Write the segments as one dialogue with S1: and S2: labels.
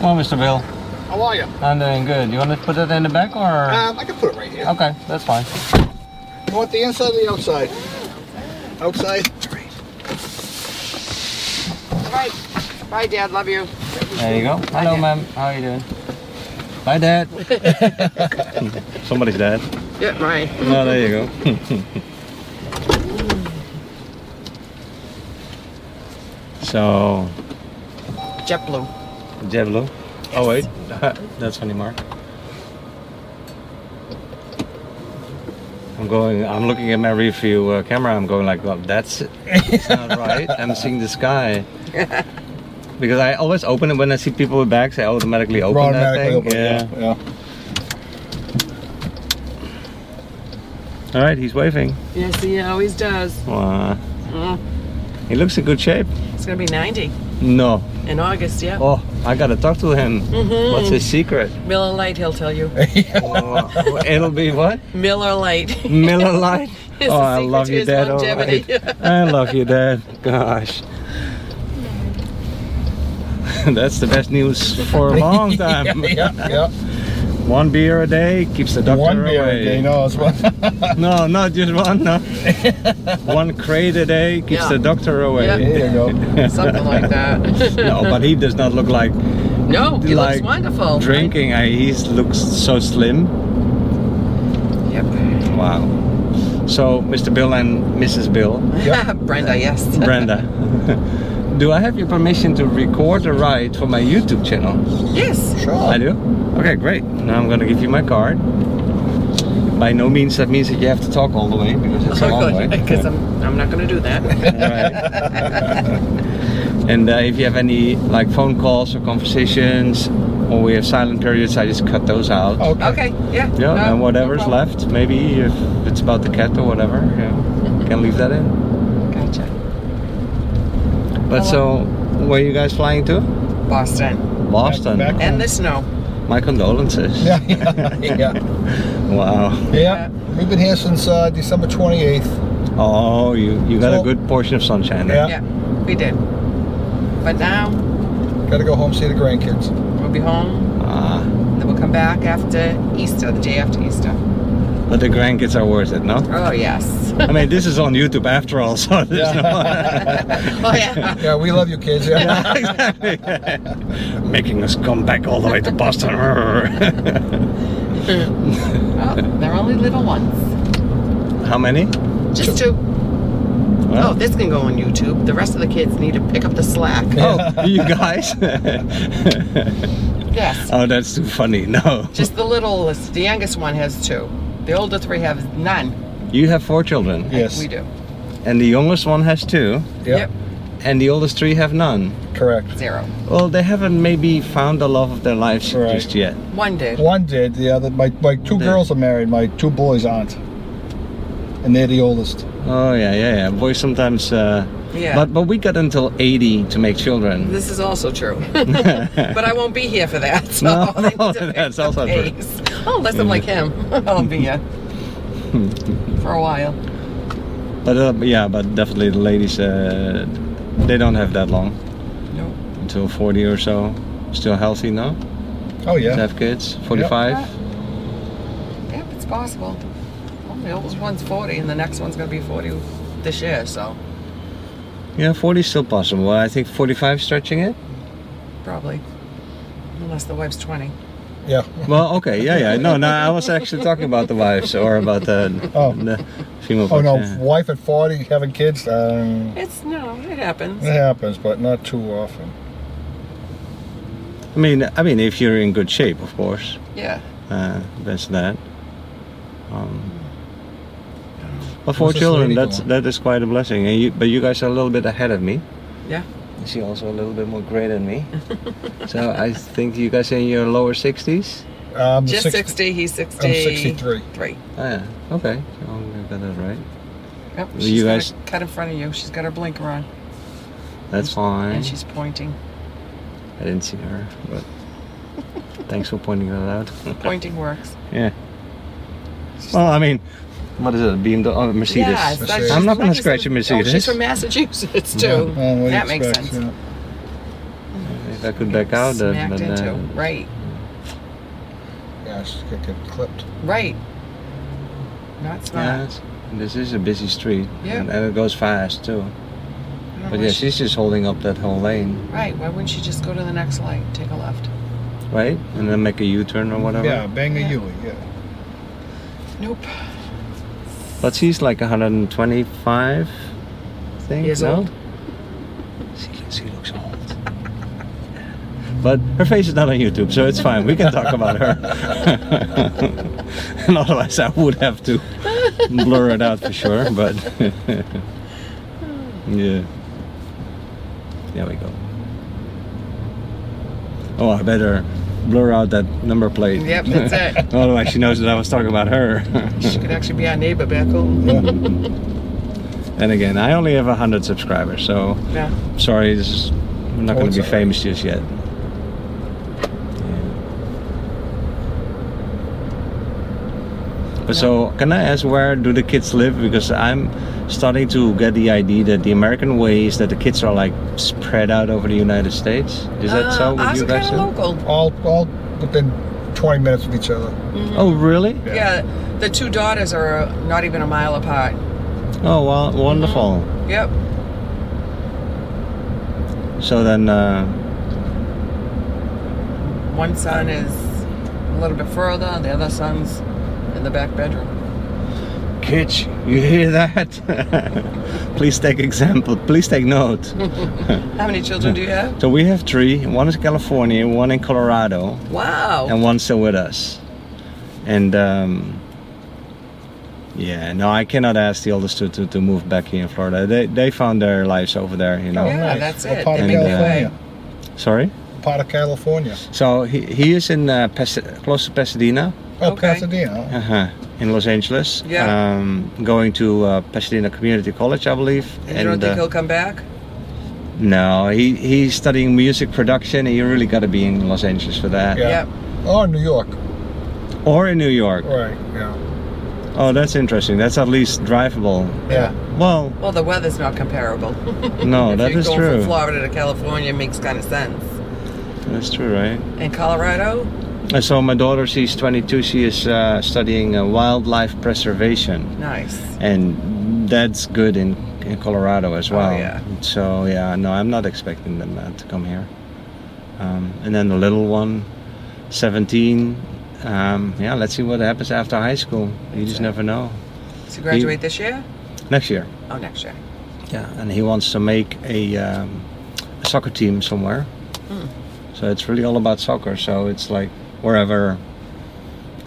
S1: Well, Mr. Bill,
S2: How are you?
S1: I'm doing good. You want to put it in the back or?
S2: Um, I can put it right here.
S1: Okay, that's fine.
S2: You want the inside or the outside? Outside.
S3: Bye. Bye, Dad. Love you.
S1: There you go. Hello, ma'am. How are you doing? Bye, Dad. Somebody's dad.
S3: Yeah, right.
S1: Oh, there you go. so,
S3: JetBlue.
S1: JetBlue. Oh, wait. That's funny, Mark. I'm going, I'm looking at my review uh, camera. I'm going like, well, that's it's not right. I'm seeing the sky. Because I always open it when I see people with bags. I automatically open
S2: Automatically
S1: that thing.
S2: open it, yeah.
S1: All right, he's waving.
S3: Yes, he always does.
S1: Wow.
S3: Mm.
S1: He looks in good shape.
S3: It's gonna be 90
S1: No.
S3: in August. Yeah.
S1: Oh, I gotta talk to him.
S3: Mhm.
S1: What's his secret?
S3: Miller Lite. He'll tell you.
S1: Oh, it'll be what?
S3: Miller Lite.
S1: Miller Lite?
S3: It's
S1: oh,
S3: the
S1: I
S3: secret
S1: love
S3: to
S1: you,
S3: his
S1: Dad. all
S3: longevity.
S1: right. I love you, Dad. Gosh. That's the best news for a long time.
S2: yeah, yeah.
S1: One beer a day keeps the doctor
S2: One beer
S1: away.
S2: a day, no, it's one.
S1: No, not just one. No. one crate a day keeps
S3: Yeah.
S1: the doctor away.
S2: there you go.
S3: Something like that.
S1: No, but he does not look like
S3: No, he
S1: Like,
S3: looks wonderful.
S1: drinking. I, he looks so slim.
S3: Yep.
S1: Wow. So, Mr. Bill and Mrs. Bill,
S2: Yep.
S3: Brenda. Yes.
S1: Brenda, do I have your permission to record a ride for my YouTube channel?
S3: yes.
S2: Sure.
S1: I do. Okay, great. Now I'm gonna give you my card. By no means that means that you have to talk all the way because it's a long way.
S3: Because I'm, I'm not gonna do that.
S1: Alright. and uh, if you have any like phone calls or conversations, or we have silent periods, I just cut those out.
S2: Okay.
S3: Okay. Yeah.
S1: Yeah,
S3: Oh. no,
S1: and
S3: no
S1: whatever's
S3: problem.
S1: left, maybe if it's about the cat or whatever, yeah, can leave that in.
S3: Gotcha.
S1: But so, where you guys flying to?
S3: Boston.
S1: Boston.
S2: back-
S3: And the snow.
S1: My condolences.
S2: Yeah, yeah, yeah.
S1: Wow.
S2: yeah. We've been here since uh, December 28th.
S1: Oh, you you got a
S2: So-
S1: good portion of sunshine. there.
S2: Yeah.
S3: Yeah. We did. But now
S2: Gotta go home see the grandkids.
S3: we'll be home.
S1: Ah,
S3: And then we'll come back after Easter, the day after Easter.
S1: but the grandkids are worth it, no?
S3: Oh yes.
S1: I mean, this is on YouTube after all, so there's
S3: oh yeah.
S2: Yeah, we love you, kids. Yeah.
S1: no. exactly. Making us come back all the way to Boston.
S3: Oh, they're only little ones.
S1: How many?
S3: Just two. Oh, this can go on YouTube. The rest of the kids need to pick up the slack.
S1: oh, you guys.
S3: Yes.
S1: oh, that's too funny. No.
S3: Just the littlest. The youngest one has two. The older three have none.
S1: You have four children,
S2: yes.
S3: We do.
S1: and the youngest one has two,
S2: Yep.
S1: and the oldest three have none.
S2: Correct.
S3: Zero.
S1: Well, they haven't maybe found the love of their lives
S2: Right.
S1: just yet.
S3: One did.
S2: One did. The other, my, my two
S1: Yeah.
S2: girls are married. My two boys aren't, and they're the oldest.
S1: Oh yeah, yeah, yeah. Boys sometimes. Uh,
S3: Yeah.
S1: But but we got until 80 to make children.
S3: This is also true. but I won't be here for that. So
S1: No,
S3: they need to pick
S1: that's
S3: the
S1: also true.
S3: pace. Oh, unless I'm like him. I'll be here for a while.
S1: But uh, yeah, but definitely the ladies, uh, they don't have that long
S3: No.
S1: until 40 or so. Still healthy, no?
S2: Oh
S1: To
S2: yeah.
S1: have kids, 45.
S3: Yep, it's possible. Well, the oldest one's 40 and the next one's going to be 40 this year, so
S1: Yeah, 40 is still possible. I think 45 stretching it.
S3: probably. Unless the wife's 20.
S2: Yeah.
S1: Well, okay, yeah, yeah. No, no, I was actually talking about the wives or about the,
S2: Oh.
S1: the female.
S2: Oh
S1: parts,
S2: no,
S1: yeah.
S2: wife at 40, having kids. Um,
S3: It's no, it happens.
S2: it happens, but not too often.
S1: I mean, I mean, if you're in good shape, of course,
S3: Yeah.
S1: uh, that's that. Um, but
S2: Where's
S1: four
S2: this
S1: children,
S2: lady
S1: that's
S2: going?
S1: that is quite a blessing. And you, but you guys are a little bit ahead of me.
S3: Yeah.
S1: Is she also a little bit more gray than me? so I think you guys are in your lower sixties.
S2: Um,
S3: Just 60, he's
S2: I'm
S3: 63.
S2: 63.
S3: Three.
S1: Ah, yeah. Okay, oh, I got that right.
S3: Yep,
S1: You
S3: she's got
S1: guys-
S3: her cut in front of you. She's got her blinker on
S1: That's fine.
S3: and she's pointing,
S1: I didn't see her, but thanks for pointing that out.
S3: pointing works.
S1: Yeah. Well, I mean, what is it? A BMW, oh, a Mercedes.
S3: Yeah,
S2: that's-
S3: she's-
S2: I'm
S1: not gonna
S3: like I said,
S1: scratch a
S3: Oh, she's
S1: Mercedes.
S3: from Massachusetts too.
S2: Oh, what Oh, do you
S3: that makes
S2: expect,
S3: sense.
S2: yeah.
S1: If I could back out, uh,
S3: Smacked
S1: but,
S3: into.
S1: uh,
S3: Right.
S2: Yeah, she's gonna get clipped.
S3: Right. Not
S1: yeah,
S3: smart.
S1: it's- this is a busy street.
S3: Yeah. Uh-huh.
S1: And, and it goes fast too.
S3: I don't know
S1: But
S3: why
S1: yeah,
S3: she-
S1: she's just holding up that whole lane,
S3: Right. Why wouldn't she just go to the next light, take a left?
S1: right? And then make a U-turn or whatever.
S2: Yeah, bang
S3: Yeah.
S2: a Yui, yeah.
S3: Nope.
S1: But she's like 125, I think.
S3: Years
S1: no?
S3: old?
S1: She, she looks old. But her face is not on YouTube, so it's fine. We can talk about her. and otherwise, I would have to blur it out for sure. But yeah, there we go. Oh, I better blur out that number plate.
S3: Yep, that's it.
S1: otherwise, she knows that I was talking about her.
S3: She could actually be our neighbor back home.
S1: And again, I only have 100 subscribers, so
S3: Yeah.
S1: sorry, this is, I'm not
S2: Oh,
S1: going
S2: it's
S1: to be
S2: all right.
S1: famous just yet. But so, can I ask where do the kids live? Because I'm starting to get the idea that the American way is that the kids are like spread out over the United States. Is that
S3: Uh,
S1: so with
S3: ours
S1: you
S3: are
S1: guys?
S3: kinda
S1: too?
S3: local.
S2: All, all within 20 minutes of each other.
S1: Oh, really?
S2: Yeah.
S3: Yeah. the two daughters are uh, not even a mile apart.
S1: Oh, well, wonderful.
S3: Yep.
S1: So then, uh,
S3: One son is a little bit further, and the other son's in the back bedroom.
S1: kids, you hear that? Please take example. Please take note.
S3: How many children do you have?
S1: So we have three. One is California, one in Colorado,
S3: Wow.
S1: Hmm. and one's still with us. And um, yeah, no, I cannot ask the oldest to, to, to move back here in Florida. They, they found their lives over there, you know.
S3: Yeah,
S2: Oh, nice.
S3: that's
S2: What
S3: it.
S2: part
S1: They
S2: of
S1: make the
S2: California?
S1: Sorry.
S2: Part of California.
S1: So he, he is in uh, Pas- close to Pasadena,
S2: Oh,
S3: Okay.
S2: Pasadena.
S1: uh-huh, in Los Angeles.
S3: Yeah.
S1: Um, going to uh, Pasadena Community College, I believe.
S3: and you don't think
S1: uh,
S3: he'll come back?
S1: no, he he's studying music production, and you really got to be in Los Angeles for that,
S2: Yeah.
S3: Yep.
S2: Oh, New York.
S1: or in New York.
S2: Right, yeah.
S1: Oh, that's interesting. That's at least drivable.
S2: Yeah.
S1: Well,
S3: Well, the weather's not comparable.
S1: no,
S3: if
S1: that
S3: you're
S1: is
S3: going from
S1: true.
S3: Florida to California, it makes kind of sense.
S1: That's true, right?
S3: And Colorado?
S1: And so my daughter, she's 22. She is uh, studying uh, wildlife preservation,
S3: Nice.
S1: and that's good in, in Colorado as
S3: Oh,
S1: well.
S3: yeah.
S1: So yeah, no, I'm not expecting them uh, to come here. Um, and then the little one, 17. Um, yeah, let's see what happens after high school. You just
S3: Exactly.
S1: never know.
S3: So you graduate this year?
S1: Next year.
S3: Oh, next year.
S1: Yeah, and he wants to make a, um, a soccer team somewhere.
S3: Hmm.
S1: So it's really all about soccer. So it's like wherever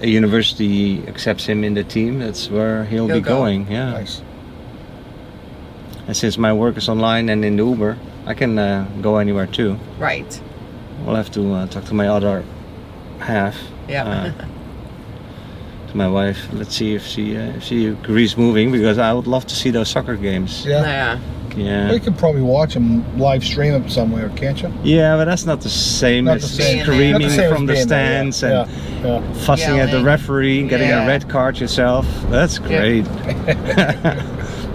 S1: a university accepts him in the team, that's where he'll,
S3: He'll
S1: be
S3: go.
S1: going. Yeah.
S2: Nice.
S1: And since my work is online and in the Uber, I can uh, go anywhere too.
S3: Right.
S1: We'll have to uh, talk to my other half.
S3: Yeah.
S1: uh, to my wife. Let's see if she uh, if she agrees moving because I would love to see those soccer games.
S2: Yeah.
S3: Yeah.
S1: Yeah.
S2: We could probably watch them live stream it somewhere, can't you?
S1: Yeah, but that's not the same
S2: Not
S1: as
S2: the same. Not
S1: screaming
S2: the same as
S1: from the
S2: being there,
S1: stands
S2: yeah.
S1: and
S2: Yeah, yeah.
S1: fussing at the
S3: Yelling.
S1: referee, getting
S3: Yeah.
S1: a red card yourself. That's great.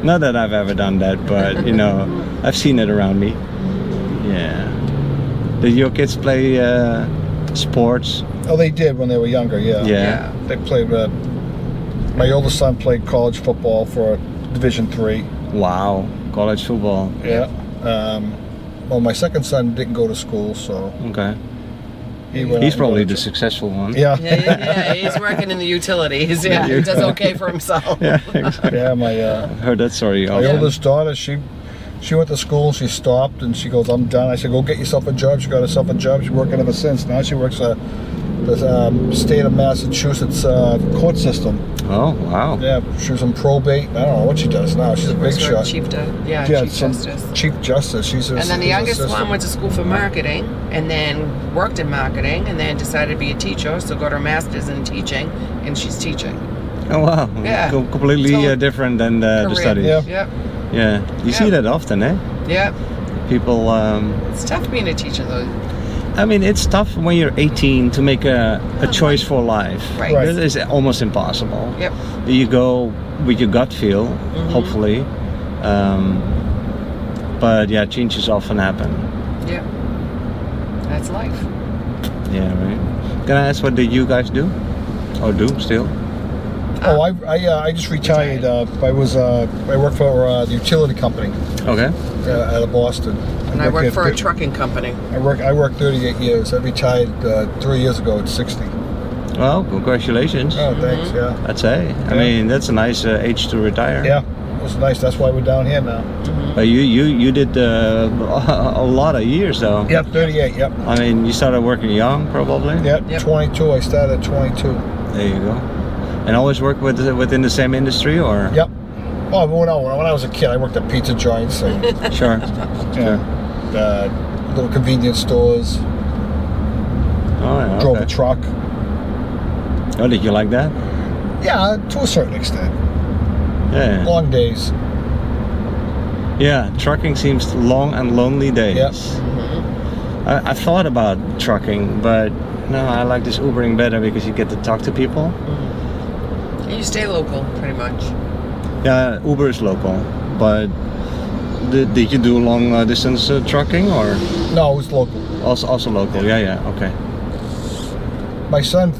S1: not that I've ever done that, but you know, I've seen it around me. Yeah. Did your kids play uh, sports?
S2: Oh, they did when they were younger. Yeah.
S1: Yeah.
S2: They played. Uh, my oldest son played college football for Division Three.
S1: Wow, college football.
S2: Yeah. Um, well, my second son didn't go to school, so
S1: Okay.
S2: he went.
S1: He's
S2: out and
S1: probably
S2: got
S1: the
S2: a job.
S1: successful one.
S2: Yeah.
S3: Yeah, yeah, yeah. He's working in the utilities. Yeah, he does okay for himself.
S1: Yeah, exactly.
S2: yeah. My uh,
S1: Heard that story.
S2: my
S1: often.
S2: oldest daughter, she she went to school. She stopped, and she goes, "I'm done." I said, "Go get yourself a job." She got herself a job. She's working ever since. Now she works uh, the um, state of Massachusetts uh, court system.
S1: Oh, wow.
S2: Yeah, she was in probate. I don't know what she does now. She's a big
S3: Works for
S2: shot.
S3: Chief, Ju- yeah,
S2: Yeah,
S3: Chief
S2: some-
S3: Justice.
S2: Chief Justice. She's a,
S3: And then the
S2: she's a
S3: youngest
S2: sister.
S3: one went to school for marketing and then worked in marketing and then decided to be a teacher, so got her master's in teaching, and she's teaching.
S1: Oh, wow.
S3: Yeah.
S1: Com- completely
S3: Totally
S1: uh, different than the, the
S3: Career.
S1: studies.
S2: Yeah.
S3: Yep,
S1: Yeah, you see
S3: Yeah.
S1: that often, eh?
S3: yep.
S1: People. Um,
S3: It's tough being a teacher, though.
S1: I mean, it's tough when you're 18 to make a, a choice for life.
S3: Right.
S2: Right.
S1: That is almost impossible.
S3: Yep.
S1: You go with your gut feel,
S2: Mm-hmm.
S1: hopefully. Um, but yeah, changes often happen.
S3: Yep. That's life.
S1: Yeah, right. Can I ask what do you guys do? Or do still?
S2: Oh, I I, uh, I just retired. Uh, I was uh, I worked for uh, the utility company
S1: Okay.
S2: uh, out of Boston.
S3: And I
S2: worked
S3: work
S2: there
S3: for a
S2: thir-
S3: trucking company.
S2: I work I worked 38 years. I retired uh, three years ago at 60. Oh,
S1: Well, congratulations.
S3: Mm-hmm.
S2: thanks. Yeah,
S1: I'd say. I
S2: Yeah.
S1: mean, that's a nice uh, age to retire.
S2: yeah. It was nice. That's why we're down here now.
S1: But you you you did uh, a lot of years though.
S2: Yep, 38. Yep.
S1: I mean, you started working young probably.
S2: Yep.
S3: Yep.
S2: 22. I started at 22.
S1: There you go. And always work with within the same industry or.
S2: Yep. Oh, when I, when I was a kid, I worked at pizza joints and
S1: Sure. Oh,
S2: yeah, uh, little convenience stores.
S1: Oh yeah.
S2: Drove
S1: okay.
S2: a truck.
S1: Oh, did you like that?
S2: Yeah, to a certain extent.
S1: Yeah.
S2: Long days.
S1: Yeah, trucking seems long and lonely days.
S2: Yep. Mm-hmm.
S1: I, I thought about trucking, but no, I like this Ubering better because you get to talk to people.
S3: And you stay local, pretty much.
S1: Yeah, Uber is local, but did, did you do long uh, distance uh, trucking or
S2: No, it was local.
S1: also also local? Yeah, yeah, okay.
S2: my son,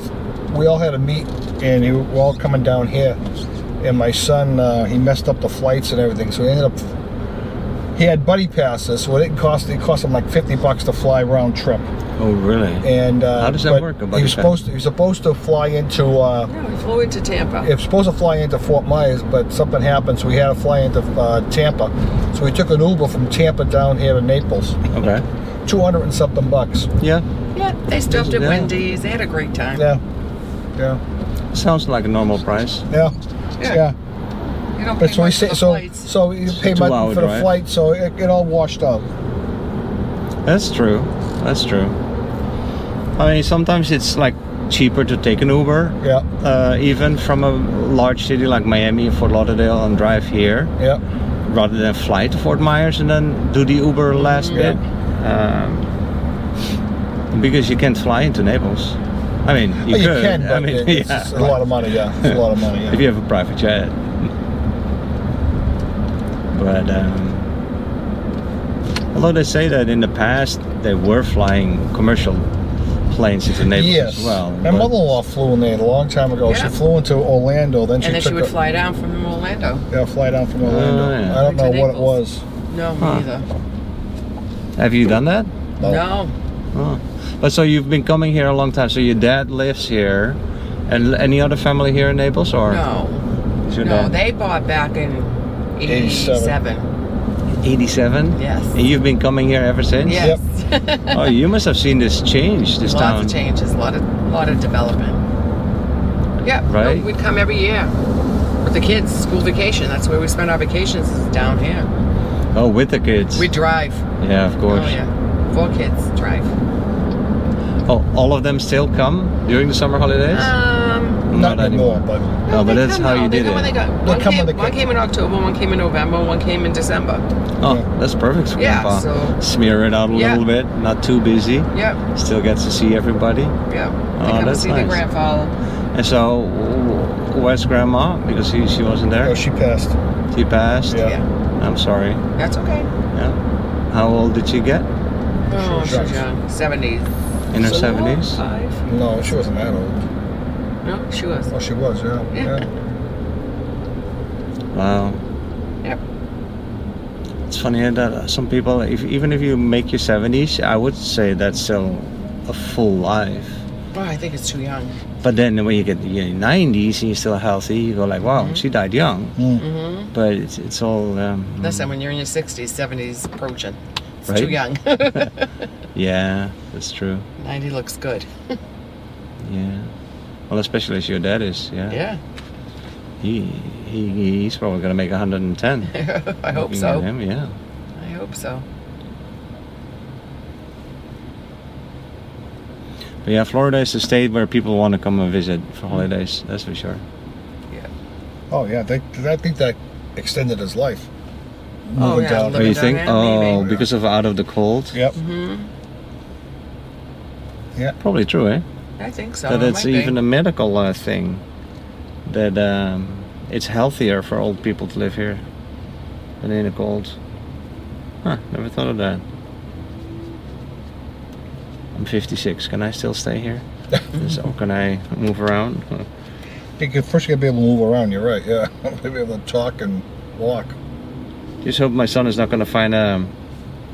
S2: we all had a meet, and he, we're all coming down here. And my son, uh, he messed up the flights and everything, so he ended up. He had buddy passes, so it didn't cost. It cost him like fifty bucks to fly round trip.
S1: Oh, really?
S2: And uh,
S1: How does that
S2: but
S1: work, a buddy
S2: He was
S1: pass?
S2: supposed to. He was supposed to fly into. Uh,
S3: Yeah, we flew into Tampa.
S2: he was supposed to fly into Fort Myers, but something happened, so we had to fly into uh, Tampa. So we took an Uber from Tampa down here to Naples,
S1: Okay.
S2: two hundred and something bucks.
S1: Yeah,
S3: Yeah, they stopped at
S1: Yeah.
S3: Wendy's. They had a great time.
S2: Yeah, yeah,
S1: sounds like a normal price.
S2: yeah,
S3: Yeah.
S2: yeah.
S3: You don't pay
S2: But so we
S3: much for
S2: say,
S3: the
S2: so
S3: flights.
S2: so you pay
S1: Two hour
S2: money for the
S1: drive.
S2: flight, so it, it all washed out.
S1: That's true. That's true. I mean, sometimes it's like cheaper to take an Uber.
S2: Yeah,
S1: uh, even from a large city like Miami or Fort Lauderdale and drive here
S2: yeah,
S1: rather than fly to Fort Myers and then do the Uber last
S2: Yeah.
S1: bit. Um, because you can't fly into Naples. I mean, you,
S2: Well, you
S1: could.
S2: can, but
S1: I mean,
S2: it- it's
S1: yeah,
S2: just a lot of money. Yeah, it's a lot of money.
S1: if
S2: Yeah.
S1: you have a private jet. But um, although they say that in the past they were flying commercial planes into Naples
S2: Yes.
S1: as well.
S2: My
S1: but-
S2: mother-in-law flew in there a long time ago.
S3: Yeah.
S2: She flew into Orlando, then she
S3: and then
S2: took
S3: she would
S2: a,
S3: fly down from Orlando.
S2: Yeah, fly down from Orlando.
S1: Oh, yeah.
S2: I don't
S3: To
S2: know what it was.
S3: Naples. No, me
S1: Huh.
S3: neither.
S1: Have you done that?
S2: No.
S3: No.
S1: Oh. But so you've been coming here a long time. So your dad lives here, and l- any other family here in Naples, or
S3: No.
S1: is your
S3: No.
S1: dad
S3: They bought back in
S2: 87.
S3: 87.
S1: 87?
S3: Yes.
S1: And you've been coming here ever since.
S3: Yes.
S1: Oh, you must have seen this change, this
S3: Lots
S1: town.
S3: of changes, a lot of lot of development. Yeah. no,
S1: Right?
S3: we'd come every year with the kids, school vacation. That's where we spend our vacations is down here.
S1: Oh, with the kids.
S3: We drive.
S1: yeah, of course.
S3: Oh yeah. Four kids drive.
S1: Oh, all of them still come during the summer holidays?
S3: Um
S2: Not anymore, but
S1: No, but
S3: they
S1: that's
S3: come
S1: how
S3: now.
S1: you
S3: They
S1: did
S3: come
S1: it.
S3: When they got,
S2: They
S3: one,
S2: come when
S3: came,
S2: they
S3: one
S2: come.
S3: came in October, one came in November, one came in December.
S1: Oh,
S2: Yeah.
S1: that's perfect for
S3: Yeah,
S1: Grandpa.
S3: so-
S1: Smear it out a
S3: Yeah.
S1: little bit, not too busy.
S3: Yep,
S1: Still gets to see everybody.
S3: yep. They
S1: Oh,
S3: come to
S1: that's
S3: see
S1: nice.
S3: their grandfather.
S1: And so, wh- where's Grandma? Because he, she wasn't there.
S2: oh, she passed.
S1: She passed.
S2: Yeah.
S3: Yeah.
S1: I'm sorry.
S3: That's okay.
S1: Yeah. How old did she get?
S3: Oh,
S2: Sure,
S3: she's
S2: sure.
S3: young. 70s.
S1: In her
S3: So,
S1: seventies.
S3: Five?
S2: No, she wasn't that old.
S3: No, she was.
S2: Oh, she was. Yeah.
S3: Yeah.
S2: yeah.
S1: Wow.
S3: Yep.
S1: It's funny eh, that some people, if, even if you make your seventies, I would say that's still a full life.
S3: Oh, I think it's too young.
S1: But then when you get to your nineties and you're still healthy, you go like, wow, she died young.
S2: Mm.
S3: Mm-hmm.
S1: But it's, it's all. Um,
S3: Listen, when you're in your 60s, 70s, approaching, it's
S1: Right?
S3: too young.
S1: Yeah, that's true.
S3: 90 looks good.
S1: Yeah. Well, especially as your dad is. Yeah.
S3: Yeah,
S1: He, he he's probably gonna make 110.
S3: I hope
S1: Looking at
S3: so.
S1: Him, yeah.
S3: I hope so.
S1: But yeah, Florida is a state where people want to come and visit for holidays. That's for sure.
S2: Oh yeah. They, I think that extended his life.
S3: Oh,
S2: Moving
S3: yeah,
S2: down.
S1: Oh,
S3: living-
S1: you
S3: down
S1: think?
S3: there,
S1: Oh,
S3: maybe.
S1: because of out of the cold.
S2: Yep.
S3: hmm
S1: Probably true, eh?
S3: I think so.
S1: that
S3: it
S1: it's
S3: might be.
S1: even a medical uh, thing. That um, it's healthier for old people to live here than in the cold. Huh? Never thought of that. I'm 56. Can I still stay here? so can I move around?
S2: You could, first, you gotta be able to move around. You're right. Yeah, gotta be able to talk and walk.
S1: Just hope my son is not going to find a um,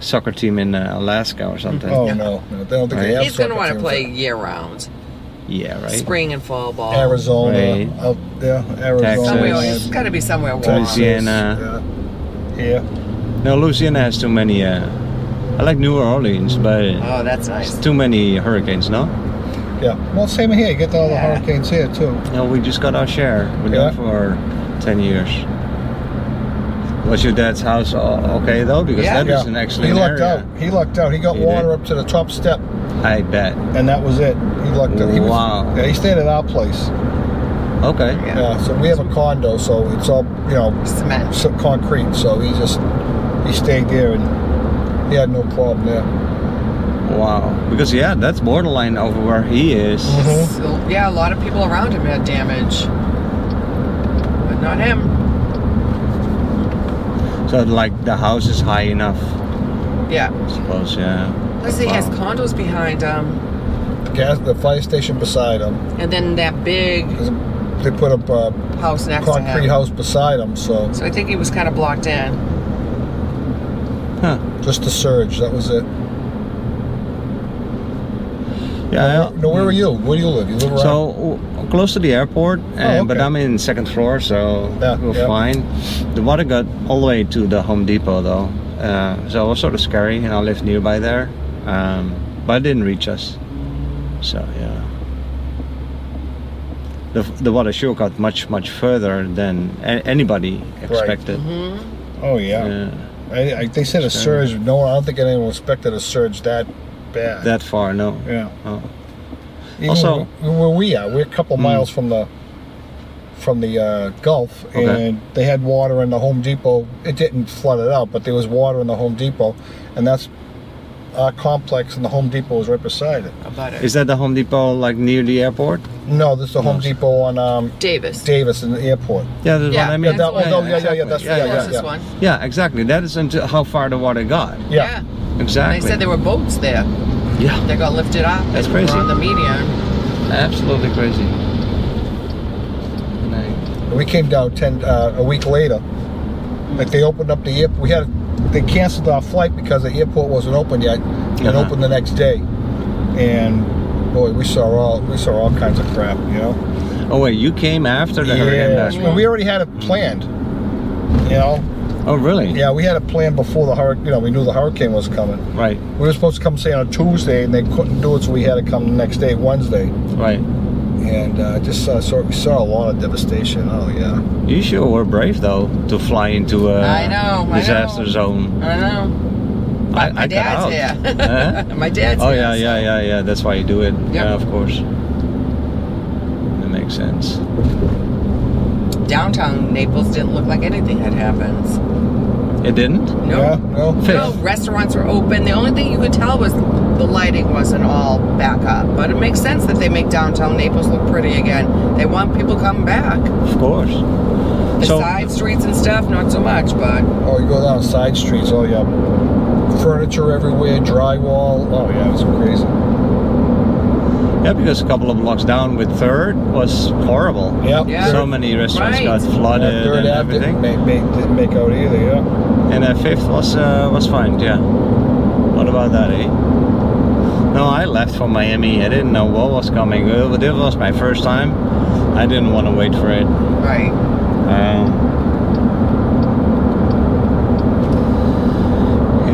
S1: soccer team in uh, Alaska or something.
S2: Oh no, no, they don't think they
S1: Right.
S2: have.
S3: He's going
S2: soccer
S3: to want to
S2: teams
S3: play
S2: in
S3: year round,
S1: Yeah, right.
S3: spring and fall ball.
S2: Arizona.
S1: Right.
S2: Out there, Arizona.
S1: Texas.
S3: Somewhere,
S1: Always.
S3: it's got to be somewhere warm.
S1: Always, yeah. Louisiana.
S2: Yeah. yeah.
S1: No, Louisiana has too many. Uh, I like New Orleans, but
S3: Oh,
S1: it's
S3: that's nice.
S1: too many hurricanes. No,
S2: Yeah. Well, same here. You get all the
S3: Yeah.
S2: hurricanes here too.
S1: no, we just got our share. We've
S2: Yeah.
S1: done for ten years. Was your dad's house all okay though? Because
S3: Yeah.
S1: that is an
S2: he
S1: excellent
S2: lucked
S1: area.
S2: out. He lucked out. He got
S1: He did.
S2: water up to the top step,
S1: I bet.
S2: and that was it. He lucked out. He was,
S1: Wow.
S2: Yeah, he stayed at our place.
S1: Okay.
S3: Yeah.
S2: Yeah. So we have a condo, so it's all you know,
S3: Cement.
S2: so concrete. So he just he stayed there, and he had no problem there.
S1: Wow. Because yeah, that's borderline over where he is.
S2: Mhm.
S3: So, yeah, a lot of people around him had damage, but not him.
S1: So like the house is high enough,
S3: Yeah.
S1: I suppose. Yeah.
S3: Plus, he has
S1: Wow.
S3: condos behind him,
S2: The gas, the fire station beside him.
S3: and then that big
S2: They put up a
S3: house next to
S2: concrete
S3: him.
S2: house beside him, so
S3: So I think he was kind of blocked in.
S1: Huh.
S2: just a surge. That was it.
S1: Yeah.
S2: No, where were you? Where do you live? You live around?
S1: So w- close to the airport, and, but
S2: Oh, okay.
S1: I'm in second floor, so
S2: Yeah,
S1: we're
S2: yeah.
S1: fine. The water got all the way to the Home Depot, though, uh, so it was sort of scary. And I live nearby there, um, but it didn't reach us. So yeah, the the water sure got much much further than a- anybody expected.
S3: Mm-hmm.
S2: oh yeah.
S1: Yeah,
S2: I, I, they said a
S1: Sure.
S2: surge. No, I don't think anyone expected a surge that bad.
S1: that far, no.
S2: yeah.
S1: Oh.
S2: Even
S1: Also- Hmm.
S2: where, where we are, we're a couple miles from the from the uh, Gulf,
S1: Okay.
S2: and they had water in the Home Depot. It didn't flood it out, but there was water in the Home Depot, and that's our complex, and the Home Depot was right beside it.
S3: About it.
S1: Is that the Home Depot like near the airport?
S2: No, this is the Home
S1: No.
S2: Depot on um,
S3: Davis.
S2: Davis in the airport.
S1: Yeah, that's
S3: Yeah,
S1: what I
S3: yeah,
S1: mean.
S3: that- oh,
S2: no, yeah, yeah, yeah, that's-
S1: exactly.
S2: yeah,
S3: Closest one.
S1: Yeah, exactly. That is into how far the water got.
S2: Yeah.
S1: Exactly.
S3: They said there were boats there
S1: yeah,
S3: that got lifted up.
S1: That's
S3: and were
S1: crazy.
S3: on the median.
S1: absolutely crazy. Nice.
S2: We came down ten uh, a week later. Like they opened up the airport. We had they canceled our flight because the airport wasn't open yet, and
S1: Uh-huh.
S2: opened the next day. And boy, we saw all we saw all kinds of crap, you know.
S1: Oh wait, you came after the hurricane.
S2: Yeah,
S1: that's-
S2: well, we already had it planned. You know,
S1: Oh really?
S2: yeah, we had it planned before the hurricane. You know, we knew the hurricane was coming.
S1: Right.
S2: We were supposed to come say on a Tuesday, and they couldn't do it, so we had to come the next day, Wednesday.
S1: Right.
S2: And uh, just uh, saw, we saw a lot of devastation. Oh yeah.
S1: You sure were brave though to fly into a
S3: I know, I
S1: disaster
S3: know.
S1: zone.
S3: I know.
S1: I,
S3: My
S1: I got
S3: dad's
S1: out.
S3: here.
S1: Huh?
S3: My dad's
S1: Oh
S3: here.
S1: yeah, yeah, yeah, yeah. That's why you do it. Yeah, of course. That makes sense.
S3: Downtown Naples didn't look like anything had happened.
S1: It didn't.
S3: No.
S2: Yeah. No.
S1: Fifth.
S3: No, restaurants were open. The only thing you could tell was the lighting wasn't all back up. But it makes sense that they make downtown Naples look pretty again. They want people coming back.
S1: Of course.
S3: The
S1: So-
S3: side streets and stuff, not so much, but
S2: Oh, you go down side streets. Oh, yeah. Furniture everywhere, drywall. Oh, yeah, it was crazy.
S1: Yeah, because a couple of blocks down with Third was horrible.
S2: Yep.
S3: Yeah.
S1: So many restaurants
S3: Right.
S1: got
S2: Third-
S1: flooded
S2: Third
S1: and
S2: Ave
S1: everything.
S2: didn't make, make, didn't make out either, yeah.
S1: And uh, fifth was uh, was fine, yeah. What about that, eh? No, I left for Miami. I didn't know what was coming. Uh, This was my first time. I didn't want to wait for it.
S3: right.
S1: Um,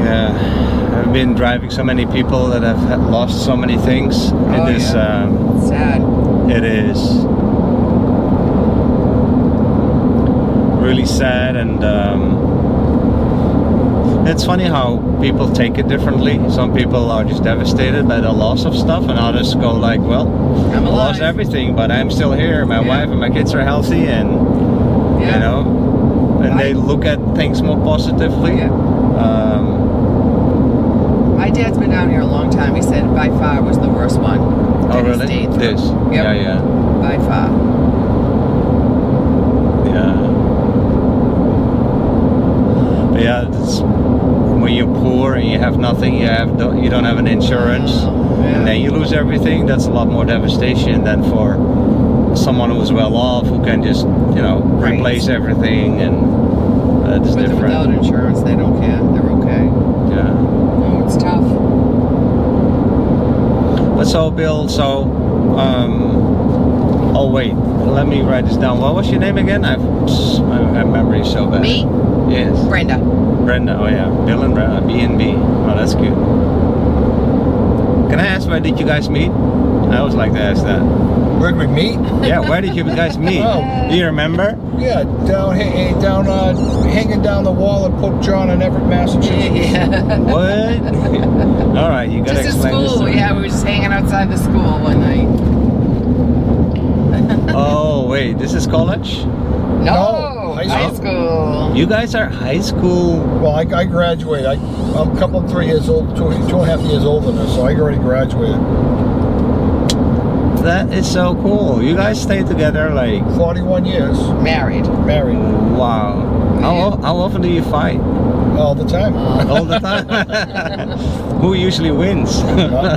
S1: yeah, I've been driving so many people that have had- lost so many things.
S3: Oh,
S1: it is.
S3: yeah.
S1: Um,
S3: Sad.
S1: it is really sad and um, it's funny how people take it differently some people are just devastated by the loss of stuff and others go like well
S3: I'm
S1: i
S3: alive.
S1: lost everything but i'm still here my
S3: Yeah.
S1: wife and my kids are healthy and
S3: yeah.
S1: you know and they
S3: I-
S1: look at things more positively
S3: Yeah.
S1: um,
S3: My dad's been down here a long time. He said by far was the worst one.
S1: oh
S3: that he
S1: really
S3: stayed through.
S1: this
S3: Yep,
S1: yeah yeah
S3: By far.
S1: Yeah. But yeah, it's, when you you're poor and you have nothing, you have do- you don't have an insurance,
S3: Mm-hmm.
S1: and then you lose everything. That's a lot more devastation than for someone who's well off who can just you know
S3: Right.
S1: replace everything and that is
S3: With or without
S1: different.
S3: insurance, they don't care. They're okay.
S1: Yeah.
S3: No, it's tough.
S1: But so, Bill, so, um, oh wait, let me write this down. What was your name again? I've, my, my memory is so bad.
S3: Me,
S1: Yes.
S3: Brenda.
S1: Brenda, oh yeah, Bill and Brenda, B&B. Oh, that's cute. Can I ask where did you guys meet? I always like to ask that.
S2: Where'd we meet?
S1: Yeah, where did you guys meet?
S2: Oh.
S1: Do you remember?
S2: Yeah, down hang, down uh, hanging down the wall at Port John in Everett, Massachusetts.
S3: Yeah.
S1: What? All right, you gotta
S3: Just at
S1: explain this
S3: school.
S1: to me.
S3: Yeah, we were just hanging outside the school one night.
S1: Oh wait, this is college.
S3: No,
S2: high
S3: high
S2: school.
S3: school.
S1: You guys are high school.
S2: Well, I, I graduated. I, I'm a couple, three years old, two, two and a half years older than her, so I already graduated.
S1: That is so cool. You guys stay together like
S2: 41 years,
S3: Married.
S2: married,
S1: Wow. How,
S3: Yeah.
S1: o- how often do you fight?
S2: all the time.
S1: All the time. Who usually wins?
S2: Not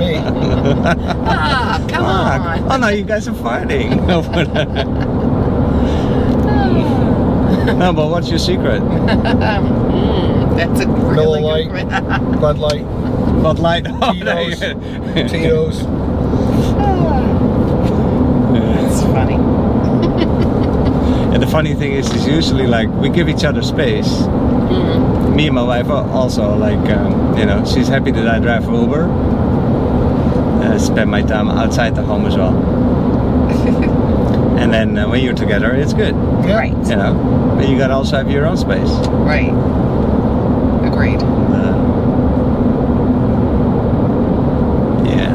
S2: me.
S3: Ah, come
S1: Ah,
S3: on.
S1: Oh no, you guys are fighting. no, but what's your secret?
S3: Mm, that's a really
S2: Miller
S3: good one.
S2: Bud Light,
S1: But like, oh, no,
S2: Tito's.
S1: you-
S2: Tito's.
S3: It's funny.
S1: and the funny thing is, is usually like we give each other space.
S3: Mm.
S1: Me and my wife are also like, um, you know, she's happy that I drive Uber. Uh, spend my time outside the home as well. and then uh, when you're together, it's good.
S2: Yeah.
S3: Right.
S1: you know, but you gotta also have your own space.
S3: Right. Agreed.
S1: Uh, yeah.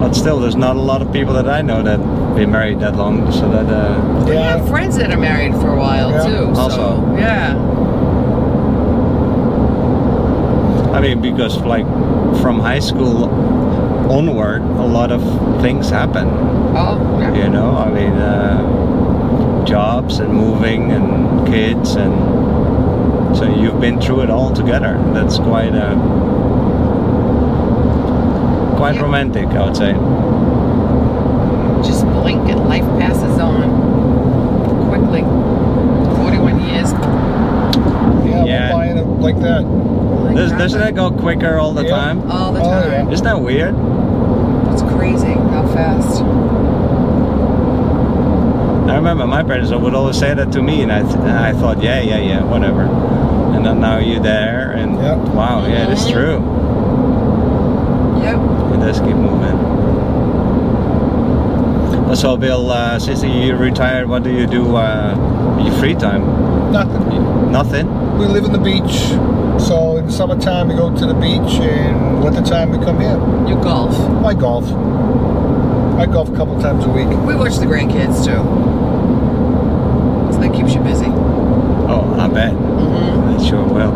S1: But still, there's not a lot of people that I know that been married that long, so that uh,
S3: We
S2: Yeah.
S3: have friends that are married for a while
S2: Yeah,
S3: too.
S1: also.
S3: So, yeah.
S1: I mean, because like from high school onward, a lot of things happen.
S3: Oh, yeah.
S1: You know, I mean, uh, jobs and moving and kids and so you've been through it all together. That's quite uh, quite
S3: Yeah.
S1: romantic, I would say.
S3: Just blink and life passes on quickly. 41 years.
S2: Yeah,
S1: Yeah.
S2: we're buying it like that.
S3: Like
S1: Does, doesn't that go quicker all the
S2: Yeah.
S1: time?
S3: Oh All the
S2: Oh,
S3: time.
S1: Isn't that weird?
S3: It's crazy how fast.
S1: I remember my parents would always say that to me, and I, th- and I thought, yeah, yeah, yeah, whatever. And then now you're there, and
S2: Yeah.
S1: wow, yeah, that's
S3: Mhm.
S1: true.
S3: Yep.
S1: It does keep moving. So, Bill, uh, since you retired, what do you do uh, in your free time?
S2: Nothing.
S1: Nothing.
S2: We live in the beach, so in summertime we go to the beach, and wintertime we come here.
S3: You golf.
S2: I golf. I golf a couple times a week.
S3: We watch the grandkids too. So that keeps you busy.
S1: Oh, I bet.
S3: hmm
S1: I sure will.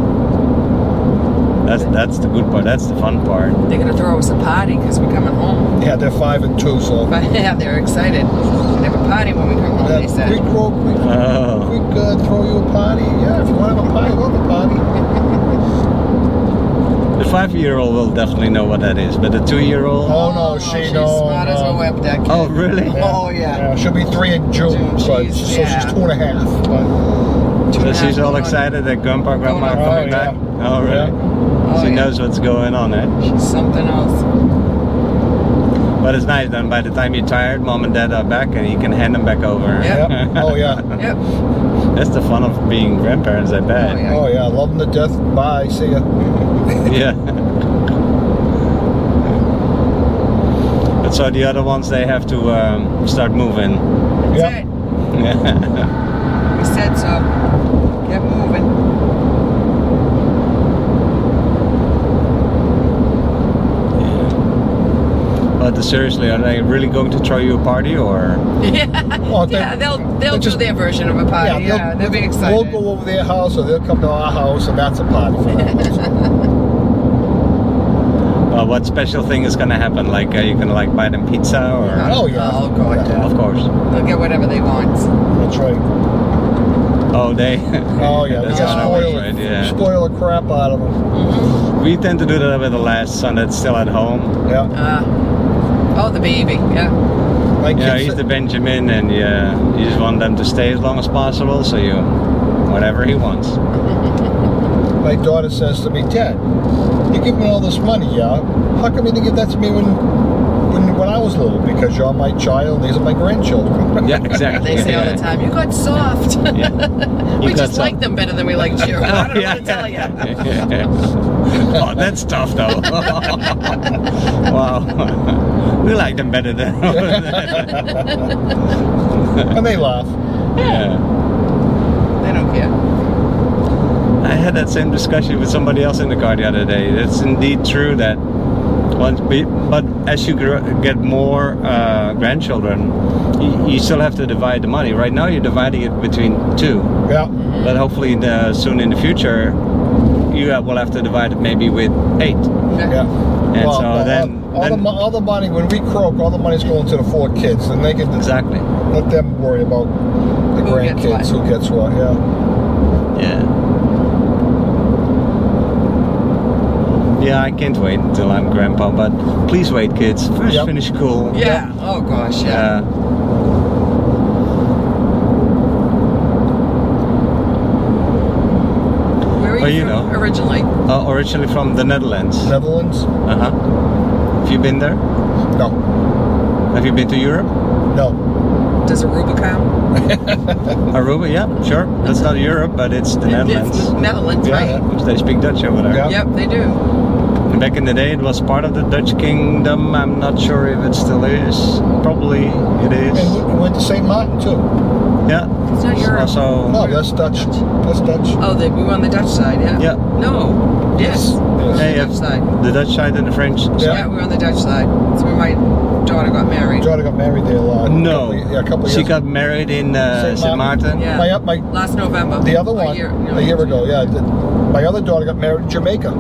S1: That's that's the good part. That's the fun part.
S3: They're gonna throw us a party because we're coming home.
S2: Yeah, they're five and two, so.
S3: But yeah, they're excited. They have a party when we come home.
S2: Yeah,
S3: They said.
S2: we grow, we
S1: Oh.
S2: We could uh, throw you a party. Yeah, if you want to have a party, we'll have a party.
S1: The five-year-old will definitely know what that is, but the two-year-old.
S2: Oh, no, she-
S3: she's
S2: no,
S3: smart as a
S2: no.
S3: web deck.
S1: Oh, really?
S3: Oh, yeah.
S2: She'll be three in June,
S3: June,
S2: but
S3: geez,
S2: so
S3: yeah.
S2: she's two and a half. But
S1: So she's all excited that grandpa, grandma are
S2: on.
S3: Going
S1: coming
S2: Oh, yeah.
S1: back. Oh, really?
S3: Oh,
S1: she
S3: yeah.
S1: knows what's going on, eh?
S3: She's something else.
S1: But it's nice then. By the time you're tired, mom and dad are back, and you can hand them back over.
S3: Yeah.
S2: yeah. Oh yeah.
S3: Yep.
S1: That's the fun of being grandparents, I
S3: Oh,
S1: bet.
S3: yeah.
S2: Oh yeah. Love them to death. Bye. See ya. Oh,
S1: yeah. But so the other ones, they have to um, start moving.
S3: That's
S2: Yeah.
S3: it. We said so. Get moving.
S1: but seriously, are they really going to throw you a party, or?
S2: Well, Oh, they-
S3: yeah, they'll they'll
S2: they
S3: do
S2: just-
S3: their version of a party. Yeah, they'll, be excited.
S2: We'll go over their house, or they'll come to our house, and that's a party for them.
S1: Well, Uh, what special thing is gonna happen? Like, are you gonna like buy them pizza or?
S2: Oh, yeah.
S3: Oh god.
S1: Of course.
S3: They'll get whatever they want.
S2: that's right.
S1: all day.
S2: Oh yeah, we
S1: That's
S2: got
S1: not always
S2: spoiled,
S1: right, yeah.
S2: spoil the crap out of them.
S1: we tend to do that with the last son that's still at home.
S2: Yeah,
S3: Uh, oh, the baby. Yeah.
S2: my
S1: Yeah,
S2: kids.
S1: he's the Benjamin, and yeah, you just want them to stay as long as possible. So you, whatever he wants.
S2: my daughter says to me, Dad, you're giving all this money, yeah? How come you didn't give that to me when, when, when I was little? Because you're my child and these are my grandchildren.
S1: Yeah, exactly.
S3: They say all the time, you got soft. we
S1: got
S3: just
S1: soft.
S3: like them better than we liked you. I don't know what to tell you.
S1: oh, that's tough though. wow. we like them better than.
S2: and they laugh.
S1: yeah.
S3: They don't care.
S1: I had that same discussion with somebody else in the car the other day. It's indeed true that once, we, but as you grow, get more uh, grandchildren, you, you still have to divide the money. Right now, you're dividing it between two.
S2: Yeah,
S1: But hopefully, the, soon in the future, you have- will have to divide it maybe with eight.
S2: yeah.
S1: And so then-
S2: all, all the
S1: then-
S2: the all the money when we croak, all the money's going to the four kids, and they can
S1: Exactly.
S2: let them worry about the
S3: Who gets
S2: grandkids,
S3: what.
S2: who gets what. Yeah,
S1: Yeah. Yeah, I can't wait until I'm grandpa. But please wait, kids. First,
S2: Yep.
S1: finish school. Uh,
S3: Yeah. Oh, gosh. Yeah.
S1: Yeah.
S3: Where were you,
S1: Well, you
S3: from
S1: know.
S3: originally?
S1: Uh, originally from the Netherlands.
S2: Netherlands?
S1: Uh huh. Have you been there?
S2: No,
S1: Have you been to Europe?
S2: no.
S3: Does Aruba count?
S1: Aruba? Yeah, sure. That's not Europe, but it's the Netherlands.
S3: It's Netherlands,
S1: Yeah,
S3: right?
S1: they speak Dutch over there.
S2: Yeah.
S3: Yep, they do.
S1: And Back in the day, it was part of the Dutch kingdom. I'm not sure if it still is. Probably it is.
S2: And we- we went to St. Martin too.
S1: Yeah.
S3: It's not Europe.
S1: Also,
S2: No, Oh, that's Dutch. That's Dutch.
S3: Oh, they, we were on the Dutch side, yeah?
S1: Yeah.
S3: No. Yes.
S2: Yes.
S1: Yeah, yeah.
S3: Dutch side.
S1: the Dutch side and the French
S3: Yeah.
S2: Yeah.
S1: side.
S3: we were on the Dutch side. So when my daughter got married.
S2: Daughter got married there. Uh,
S1: No.
S2: a couple, yeah, a couple
S1: she
S2: years.
S1: got married in uh,
S2: Saint
S1: St. Martin.
S2: Martin.
S3: Yeah.
S2: my uh, my
S3: Last November.
S2: the other
S3: A
S2: one a year,
S3: year- no,
S2: ago. Yeah, the- my other daughter got married in Jamaica.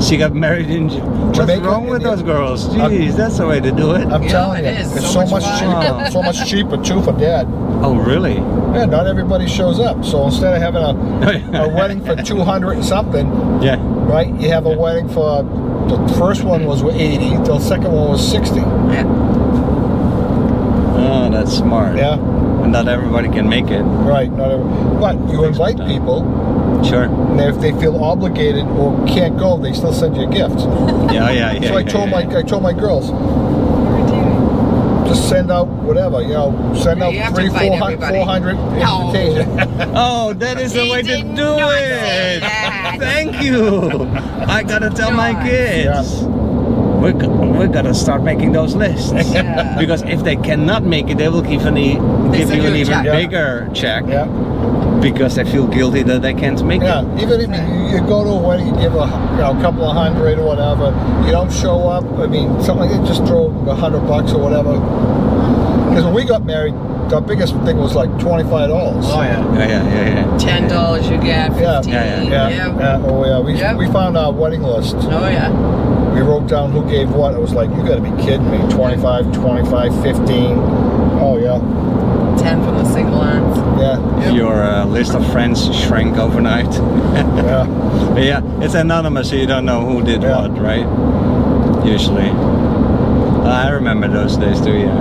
S1: She got married in. J- What's
S2: Jamaica,
S1: wrong with
S2: India.
S1: those girls?
S2: Uh,
S1: Jeez, that's the way to do it.
S2: I'm
S3: Yeah,
S2: telling
S3: it
S2: you,
S3: is.
S2: it's so,
S3: So much
S2: much,
S1: fun.
S2: cheaper, so much cheaper too for dad.
S1: oh, really?
S2: Yeah, not everybody shows up. So instead of having a, a wedding for 200 and something,
S1: yeah.
S2: right? You have a wedding for the first one was 80, the second one was 60.
S3: Yeah.
S1: Oh, that's smart.
S2: Yeah,
S1: And not everybody can make it.
S2: right. Not every, but you invite
S1: time.
S2: people,
S1: Sure.
S2: and if they feel obligated or can't go, they still send you a gift.
S1: Yeah, yeah, yeah.
S2: so I
S1: yeah,
S2: told
S1: yeah.
S2: my I told my girls, just send out whatever, you know, send
S3: You
S2: out
S3: have
S2: three,
S3: to invite
S2: four hundred,
S3: everybody.
S2: four hundred
S3: No.
S2: invitations.
S1: Oh, that is the
S3: He
S1: way to
S3: did
S1: do
S3: not say
S1: it.
S3: that.
S1: Thank you. I gotta tell my
S3: Not.
S1: kids. We're, g- we're gonna start making those lists
S3: Yeah.
S1: because if they cannot make it, they will give an e-
S3: They
S1: give you
S3: send you
S1: an
S3: a
S1: even
S3: check.
S2: Yeah.
S1: bigger check
S2: yeah,
S1: because they feel guilty that they can't make it.
S2: yeah. Even if you, you go to a wedding, you give a, you know, a couple of hundred or whatever. You don't show up. I mean, something like that. Just throw a hundred bucks or whatever. Because when we got married, the biggest thing was like twenty five dollars.
S3: yeah.
S1: Yeah, yeah, yeah, yeah.
S3: Ten dollars you get.
S2: Yeah.
S3: Fifteen.
S1: Yeah,
S2: Yeah, yeah. Oh yeah. We
S3: Yep.
S2: we found our wedding list.
S3: Oh yeah.
S2: We wrote down who gave what. I was like, you got to be kidding me. 25, 25, 15. Oh yeah,
S3: Ten from the single arms.
S2: yeah,
S3: Yep.
S1: Your uh, list of friends shrank overnight.
S2: yeah.
S1: yeah, it's anonymous, so you don't know who did
S2: Yeah.
S1: what, right? Usually. Uh, I remember those days too, yeah.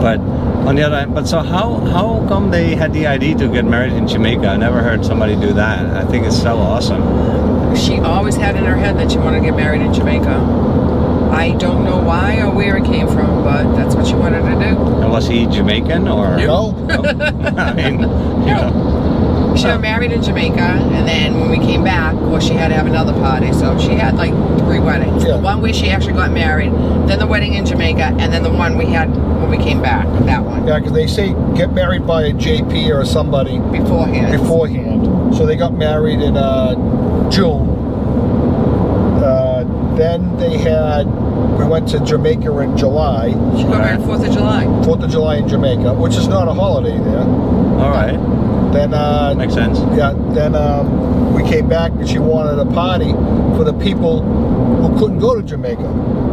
S1: But on the other hand, but so how how come they had the idea to get married in Jamaica? I never heard somebody do that. I think it's so awesome.
S3: She always had in her head that she wanted to get married in Jamaica. I don't know why or where it came from, but that's what she wanted to
S1: And was he Jamaican or
S2: No.
S1: I mean, you know.
S3: do. She got married in Jamaica, and then when we came back, well, she had to have another party, so she had like three weddings.
S2: Yeah.
S3: The one where she actually got married, then the wedding in Jamaica, and then the one we had when we came back. That one
S2: Yeah, because they say get married by a JP or somebody
S3: beforehand.
S2: beforehand. So they got married in uh, June. Uh, then they had, we went to Jamaica in July,
S3: She got married Fourth of July.
S2: 4th of July in Jamaica, which is not a holiday there.
S1: All right,
S2: Then, uh,
S1: makes sense.
S2: yeah, then um, we came back and she wanted a party for the people who couldn't go to Jamaica.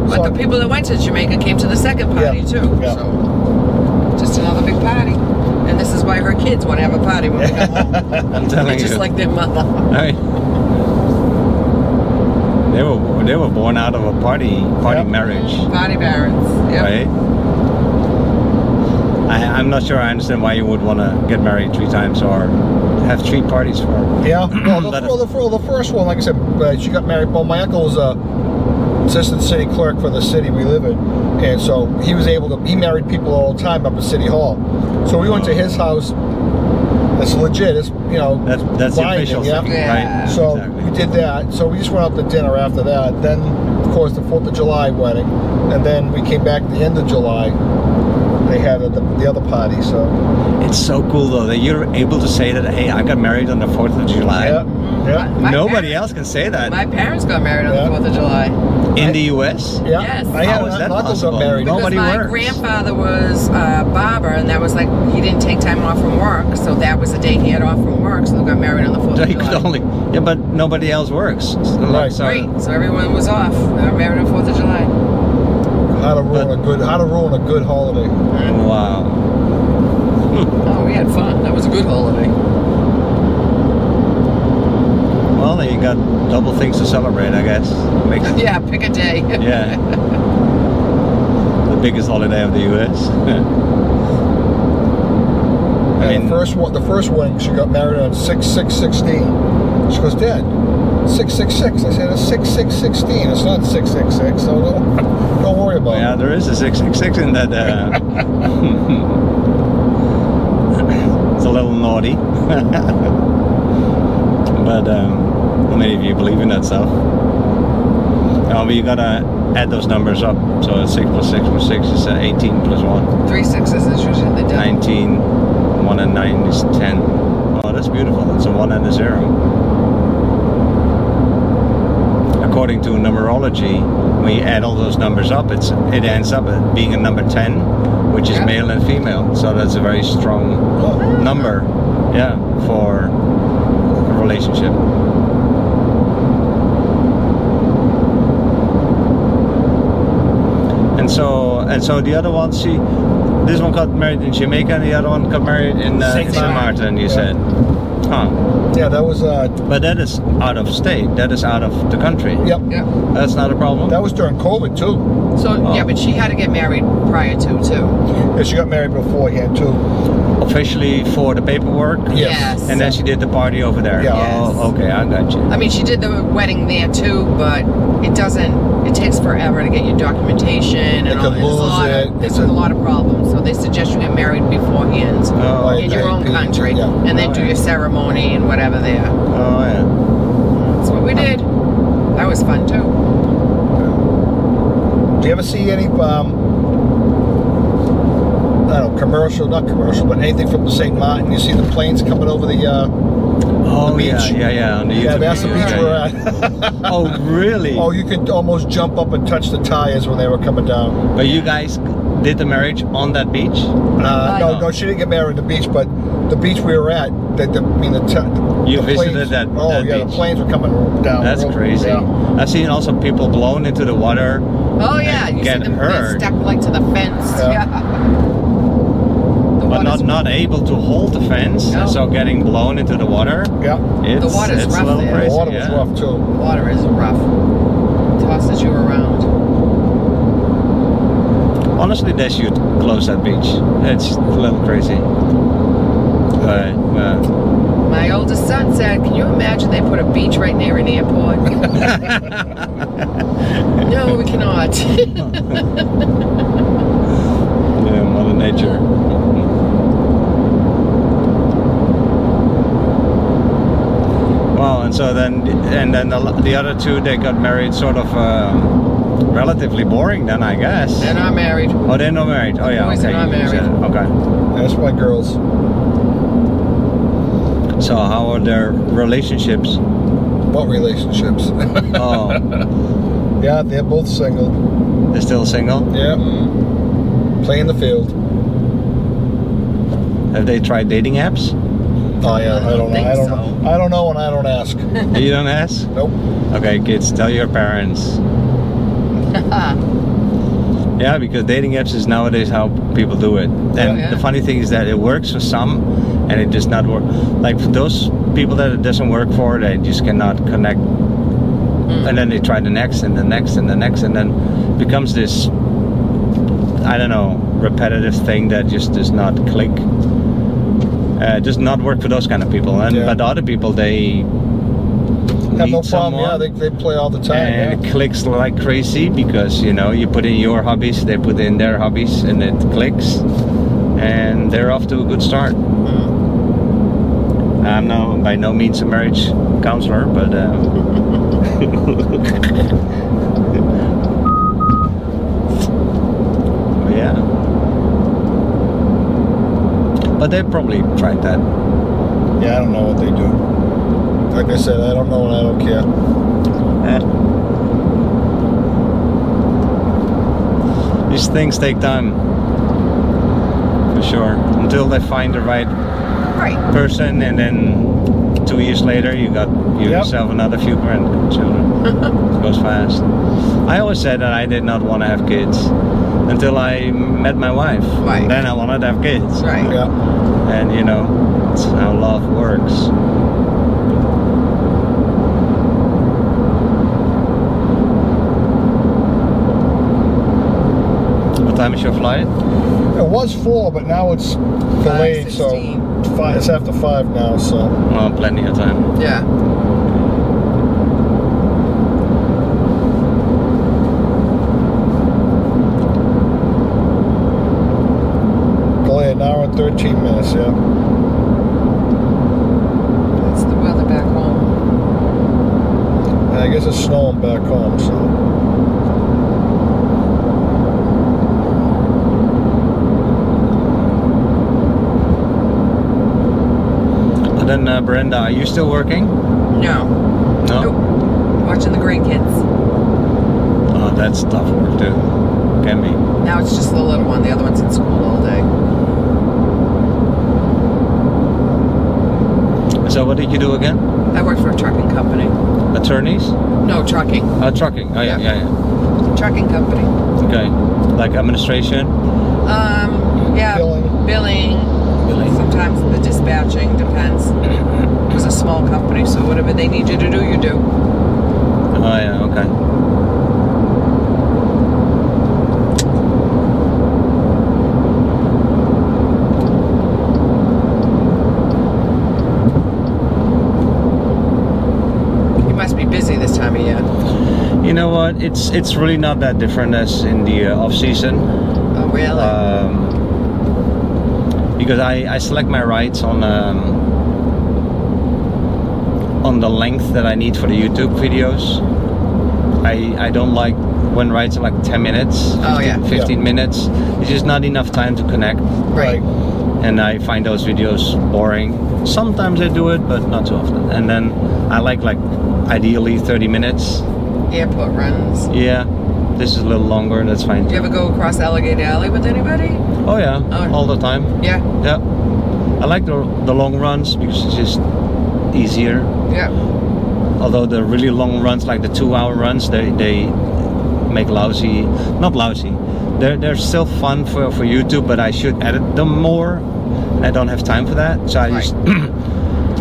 S3: But
S2: So-
S3: the people that went to Jamaica came to the second party
S2: Yeah.
S3: too.
S2: Yeah.
S3: So just another big party. and this is why her kids want to have a party when we come home.
S1: I'm telling
S3: just
S1: you.
S3: like their mother.
S1: Right. They were they were born out of a party party
S2: Yep.
S1: marriage,
S3: Party barons. Yep.
S1: right? I, I'm not sure I understand why you would want to get married three times or have three parties for.
S2: Yeah. Well, the,
S1: Let
S2: well, the, well, the first one, like I said, uh, she got married. Well, my uncle was a assistant city clerk for the city we live in, and so he was able to. He married people all the time up at City Hall. So we went to his house. It's legit. It's you know.
S1: That's that's the
S2: binding,
S1: official
S2: yeah.
S1: thing,
S3: Yeah.
S1: right?
S2: So
S1: Exactly.
S2: we did that. So we just went out to dinner after that. Then, of course, the Fourth of July wedding, and then we came back the end of July. They had the, the other party. So
S1: It's so cool though that you're able to say that. Hey, I got married on the Fourth of July.
S2: yeah, yeah,
S3: My
S1: Nobody else
S3: parents-
S1: can say that
S3: My parents got married on
S2: Yeah.
S3: the Fourth of July.
S1: in the U.S.
S2: yeah.
S3: Yes.
S2: I had
S1: How is
S2: an
S1: that
S2: uncle got
S1: possible?
S2: married.
S1: No. Nobody
S3: because my
S1: works.
S3: grandfather was a barber, and that was like he didn't take time off from work, so that was the day he had off from work. So they got married on the Fourth of
S1: They could
S3: July.
S1: only, yeah, but nobody else works. So,
S2: Right.
S1: so-
S3: Right. So everyone was off. They got married on Fourth of July.
S2: How to ruin
S1: But-
S2: a good how to ruin a good holiday.
S1: Wow.
S3: Oh, we had fun. That was a good holiday.
S1: Well, then you got double things to celebrate, I guess. Makes
S3: Yeah, pick a day.
S1: yeah. the biggest holiday of the U.S. I
S2: And
S1: mean,
S2: the first one, the first one, she got married on six six sixteen. She goes, Dad, six six six. I said, it's six six sixteen. It's not six six six. So don't, don't worry about
S1: yeah,
S2: it.
S1: there is a six six six in that. Uh, it's a little naughty, but um, how many of you believe in that stuff? No, but you gotta add those numbers up. So it's six plus six plus six is uh, eighteen plus one.
S3: Three sixes is usually the day.
S1: 19, 1 and 9 is 10. Oh, that's beautiful. It's a 1 and a 0. According to numerology, when you add all those numbers up, it's it ends up at being a number 10, which is
S3: Yeah.
S1: male and female. So that's a very strong
S2: Oh,
S1: number, yeah, for a relationship. And so, and so the other one, she, this one got married in Jamaica, and the other one got married in uh,
S2: Saint
S1: in Saint
S2: Martin.
S1: Martin. You
S2: Yeah.
S1: said, huh?
S2: yeah, that was uh,
S1: But that is out of state. That is out of the country.
S2: yep.
S3: Yeah.
S1: That's not a problem.
S2: That was during COVID too.
S3: So
S1: Oh.
S3: yeah, but she had to get married prior to too.
S2: Yeah, she got married beforehand too.
S1: Officially for the paperwork,
S2: Yes.
S1: and then she did the party over there.
S2: Yeah.
S1: Oh,
S3: Yes.
S1: okay, I got you.
S3: I mean, she did the wedding there too, but it doesn't. It takes forever to get your documentation and
S2: They
S3: all.
S2: could
S3: There's a
S2: lose
S3: lot of-
S2: it.
S3: There's a lot of problems, so they suggest you get married beforehand
S1: Oh,
S2: Like
S3: in
S1: okay.
S3: your own
S2: okay.
S3: country,
S2: Yeah.
S3: and then
S1: Oh,
S3: do
S1: yeah.
S3: your ceremony and whatever there.
S1: oh yeah.
S3: That's what we did. That was fun too.
S2: Do you ever see any um, I don't know, commercial, not commercial, but anything from the Saint Martin? You see the planes coming over the uh,
S1: Oh
S2: the
S1: yeah,
S2: beach.
S1: yeah, yeah. On the
S2: yeah,
S1: YouTube
S2: that's the beach
S1: video, yeah,
S2: we're
S1: yeah.
S2: at.
S1: Oh really?
S2: oh, you could almost jump up and touch the tires when they were coming down.
S1: But you guys did the marriage on that beach?
S2: Uh, no,
S1: no.
S2: no, she didn't get married at the beach, but the beach we were at, the, the, I mean, the, t- the
S1: You
S2: the
S1: visited
S2: planes,
S1: that-
S2: Oh
S1: that
S2: yeah, the
S1: beach.
S2: planes were coming down.
S1: That's
S2: real-
S1: crazy.
S2: Yeah.
S1: I've seen also people blown into the water.
S3: Oh yeah, you
S1: Get
S3: see them
S1: her.
S3: they're stuck like to the fence.
S2: Yeah.
S3: Yeah. The
S1: But not
S3: water's-
S1: not able to hold the fence,
S3: No.
S1: and so getting blown into the water.
S2: yeah.
S1: It's,
S3: water's
S1: it's
S3: rough
S1: a little
S3: there.
S2: The
S1: crazy.
S2: water was
S1: yeah.
S2: rough too.
S3: water is rough. Tosses you around.
S1: Honestly, they should close that beach. It's a little crazy. But uh,
S3: My oldest son said, "Can you imagine they put a beach right near an airport?"
S1: uh,
S3: no, we cannot.
S1: yeah, Mother Nature. Wow, and so then, and then the, the other two, they got married sort of um, relatively boring then, I guess.
S3: They're not married.
S1: Oh, they're not married. Oh, yeah.
S3: Boys are
S1: okay.
S3: not
S1: you said
S3: married.
S1: it. Okay.
S2: That's why girls.
S1: So, how are their relationships?
S2: What relationships?
S1: Oh,
S2: yeah, they're both single.
S1: they're still single?
S2: Yeah,
S3: Mm.
S2: play in the field.
S1: Have they tried dating apps?
S2: Oh yeah, I don't know. I don't
S3: think
S2: know. I don't know, and I don't ask.
S1: you don't ask?
S2: Nope.
S1: Okay, kids, tell your parents. Yeah, because dating apps is nowadays how people do it.
S2: Oh,
S1: And
S3: yeah.
S1: the funny thing is that it works for some and it does not work. Like for those people that it doesn't work for, they just cannot connect.
S2: Hmm.
S1: And then they try the next and the next and the next and then becomes this I don't know, repetitive thing that just does not click. Uh, does not work for those kind of people. And
S2: Yeah.
S1: but other people they
S2: Have
S1: meet
S2: no problem. Yeah,
S1: someone
S2: they, they play all the time. yeah.
S1: and it clicks like crazy because you know you put in your hobbies they put in their hobbies and it clicks and they're off to a good start
S2: Mm-hmm.
S1: i'm no by no means a marriage counselor but um, but yeah but they probably tried that
S2: Yeah, I don't know what they do. Like I said, I don't know and I don't care.
S1: Eh. These things take time. For sure. Until they find the right
S3: Right.
S1: person and then two years later you got you
S2: Yep.
S1: yourself another few grandchildren. it goes fast. I always said that I did not want to have kids until I met my wife.
S3: Right.
S1: Then I wanted to have kids.
S3: Right.
S2: Yeah.
S1: And you know, it's how love works. What time is your flight?
S2: It was four, but now it's delayed, so
S3: 16.
S2: five, it's after five now, so.
S1: Well, plenty of time.
S3: Yeah.
S2: Delay an hour and 13 minutes, yeah.
S3: It's the weather back home.
S2: And I guess it's snowing back home, so.
S1: And then uh, Brenda, are you still working?
S3: No. Nope. Watching the great kids.
S1: Oh, that's tough work too. Can be.
S3: Now it's just the little one. The other one's in school all day.
S1: So what did you do again?
S3: I worked for a trucking company.
S1: Attorneys?
S3: No, trucking.
S1: Uh, trucking. Oh yeah,
S3: Yeah.
S1: yeah, yeah.
S3: Trucking company.
S1: Okay. Like administration.
S3: Um, yeah.
S2: Billing.
S3: Billing. Sometimes the dispatching depends. It was a small company, so whatever they need you to do, you do.
S1: Oh yeah. Okay.
S3: You must be busy this time of year.
S1: You know what? It's it's really not that different as in the uh, off season.
S3: Oh, really?
S1: um, because I, I select my rights on um, on the length that I need for the YouTube videos. I I don't like when rights are like 10 minutes,
S3: Oh, yeah.
S1: 15, 15 minutes. It's just not enough time to connect,
S3: right.
S1: and I find those videos boring. Sometimes I do it, but not so often. And then I like like ideally 30 minutes.
S3: Airport runs.
S1: Yeah, this is a little longer. That's fine.
S3: Do you ever go across Alligator Alley with anybody?
S1: Oh yeah,
S3: Oh.
S1: all the time.
S3: Yeah.
S1: Yeah. I like the, the long runs because it's just easier.
S3: Yeah.
S1: Although the really long runs, like the two hour runs, they, they make lousy, not lousy. They're, they're still fun for, for YouTube, but I should edit them more. I don't have time for that. So I
S3: Right.
S1: just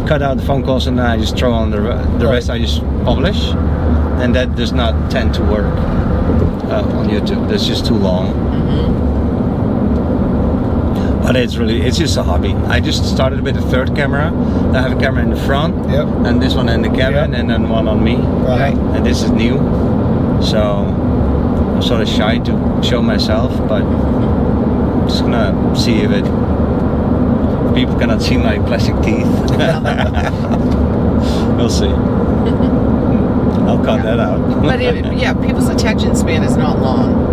S1: cut out the phone calls and then I just throw on the, re- the
S2: Right.
S1: rest I just publish. And that does not tend to work uh, on YouTube. That's just too long.
S3: hmm
S1: But it's really, it's just a hobby. I just started with a third camera. I have a camera in the front,
S2: Yep. Uh-huh.
S1: and this one in the cabin,
S2: Yeah.
S1: and then one on me.
S2: Right.
S3: Right.
S1: And this is new, so I'm sort of shy to show myself, but I'm just gonna see if it. People cannot see my plastic teeth. we'll see. I'll cut that out.
S3: But it, yeah, people's attention span is not long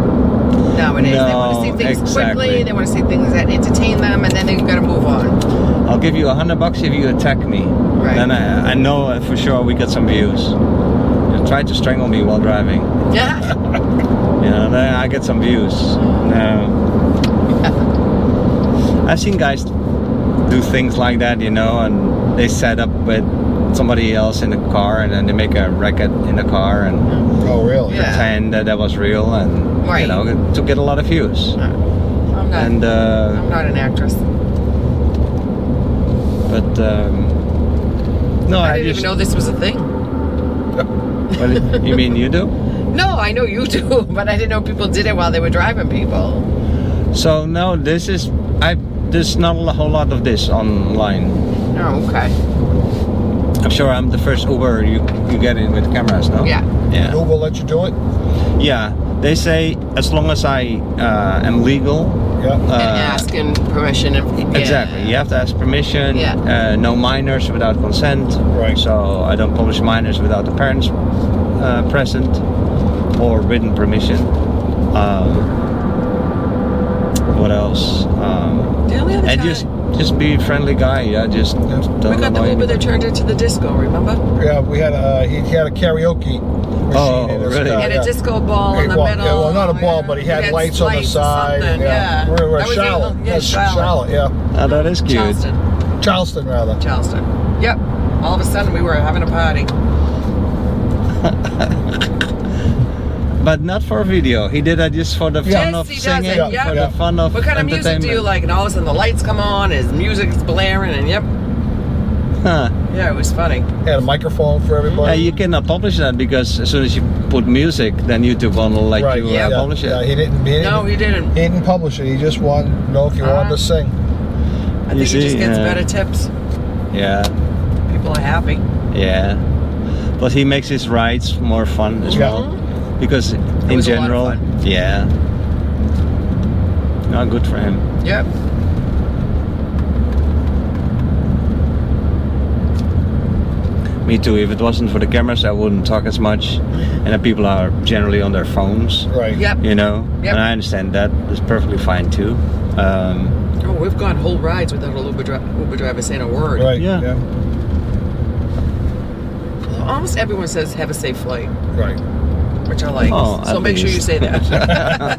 S3: nowadays. they
S1: No,
S3: want to see things
S1: exactly.
S3: quickly. They want to see things that entertain them, and then they've got to move on.
S1: I'll give you a hundred bucks if you attack me.
S3: Right.
S1: Then I, I know uh, for sure we got some views. You tried to strangle me while driving.
S3: Yeah.
S1: You know, then I get some views. No. I've seen guys do things like that, you know, and they set up with somebody else in the car and then they make a record in the car and
S2: Oh, really?
S3: Yeah.
S1: pretend that that was real and
S3: Right.
S1: you know to get a lot of views.
S3: I'm not.
S1: And uh,
S3: I'm not an actress.
S1: but um, no,
S3: I
S1: I,
S3: didn't
S1: just
S3: even know this was a thing.
S1: Well, you mean you do?
S3: No, I know you do, but I didn't know people did it while they were driving people.
S1: So no, this is I. There's not a whole lot of this online.
S3: Oh, okay.
S1: I'm sure I'm the first Uber you you get in with cameras, no?
S3: Yeah.
S1: Yeah.
S2: Uber let you do it?
S1: Yeah. They say as long as I uh, am legal.
S2: Yeah.
S1: Uh,
S3: and asking permission. If, yeah.
S1: Exactly. You have to ask permission.
S3: Yeah.
S1: Uh, no minors without consent.
S2: Right.
S1: So I don't publish minors without the parents uh, present or written permission. Um, what else? Um,
S3: The only other
S1: and
S3: time
S1: just just be a friendly guy. Yeah. Just
S2: Yeah.
S1: don't
S3: we got the
S1: annoy
S3: Uber
S1: anybody.
S3: that turned into the disco. Remember?
S2: Yeah, we had a, he had a karaoke machine
S1: Oh,
S2: in his
S1: really?
S2: car,
S1: Oh,
S3: He had
S2: yeah.
S3: a disco ball
S2: Hey,
S3: in the
S2: well,
S3: middle. Oh,
S2: Yeah, well, not a ball,
S3: yeah.
S2: but he had,
S3: It
S2: lights on the
S3: lights or
S2: side.
S3: something,
S2: yeah. we were
S3: That was in-
S2: Charlotte.
S3: Yeah,
S2: Yes,
S3: Charlotte.
S2: Charlotte, yeah.
S1: Oh, that is cute.
S3: Charleston.
S2: Charleston, rather.
S3: Charleston. Yep. All of a sudden, we were having a party.
S1: But not for video. He did that just for the
S2: Yeah.
S1: fun
S3: Yes,
S1: of
S3: he does
S1: singing,
S3: it, yeah.
S1: for
S2: Yeah.
S1: the fun of
S3: What kind of music
S1: entertainment.
S3: do you like? And all of a sudden, the lights come on, his music's blaring, and yep.
S1: Huh.
S3: Yeah, it was funny.
S2: Had a microphone for
S1: Yeah,
S2: everybody.
S1: you cannot publish that because as soon as you put music, then YouTube won't let
S2: right.
S1: you uh,
S3: Yeah.
S1: publish it.
S2: Yeah, he didn't. He didn't,
S3: No, he didn't.
S2: he didn't publish it. He just wanted to know if you wanted
S3: Ah.
S2: to sing.
S3: I
S1: You
S3: think he just
S1: see, uh,
S3: gets
S1: yeah.
S3: better tips.
S1: yeah,
S3: People are happy.
S1: yeah. But he makes his rides more fun as
S2: Yeah.
S1: well because in
S3: was a lot of
S1: general,
S3: fun.
S1: yeah. No, good for him.
S3: Mm-hmm. Yep.
S1: Me too. If it wasn't for the cameras, I wouldn't talk as much. And the people are generally on their phones,
S2: Right.
S3: Yep.
S1: you know.
S3: Yep.
S1: And I understand that. It's perfectly fine too. Um,
S3: Oh, we've gone whole rides without a Uber, dri- Uber driver saying a word.
S2: Right.
S1: Yeah.
S2: Yeah.
S3: Almost everyone says "Have a safe flight,"
S2: Right.
S3: which I like.
S1: Oh,
S3: so
S1: at
S3: make sure you
S1: least.
S3: say that.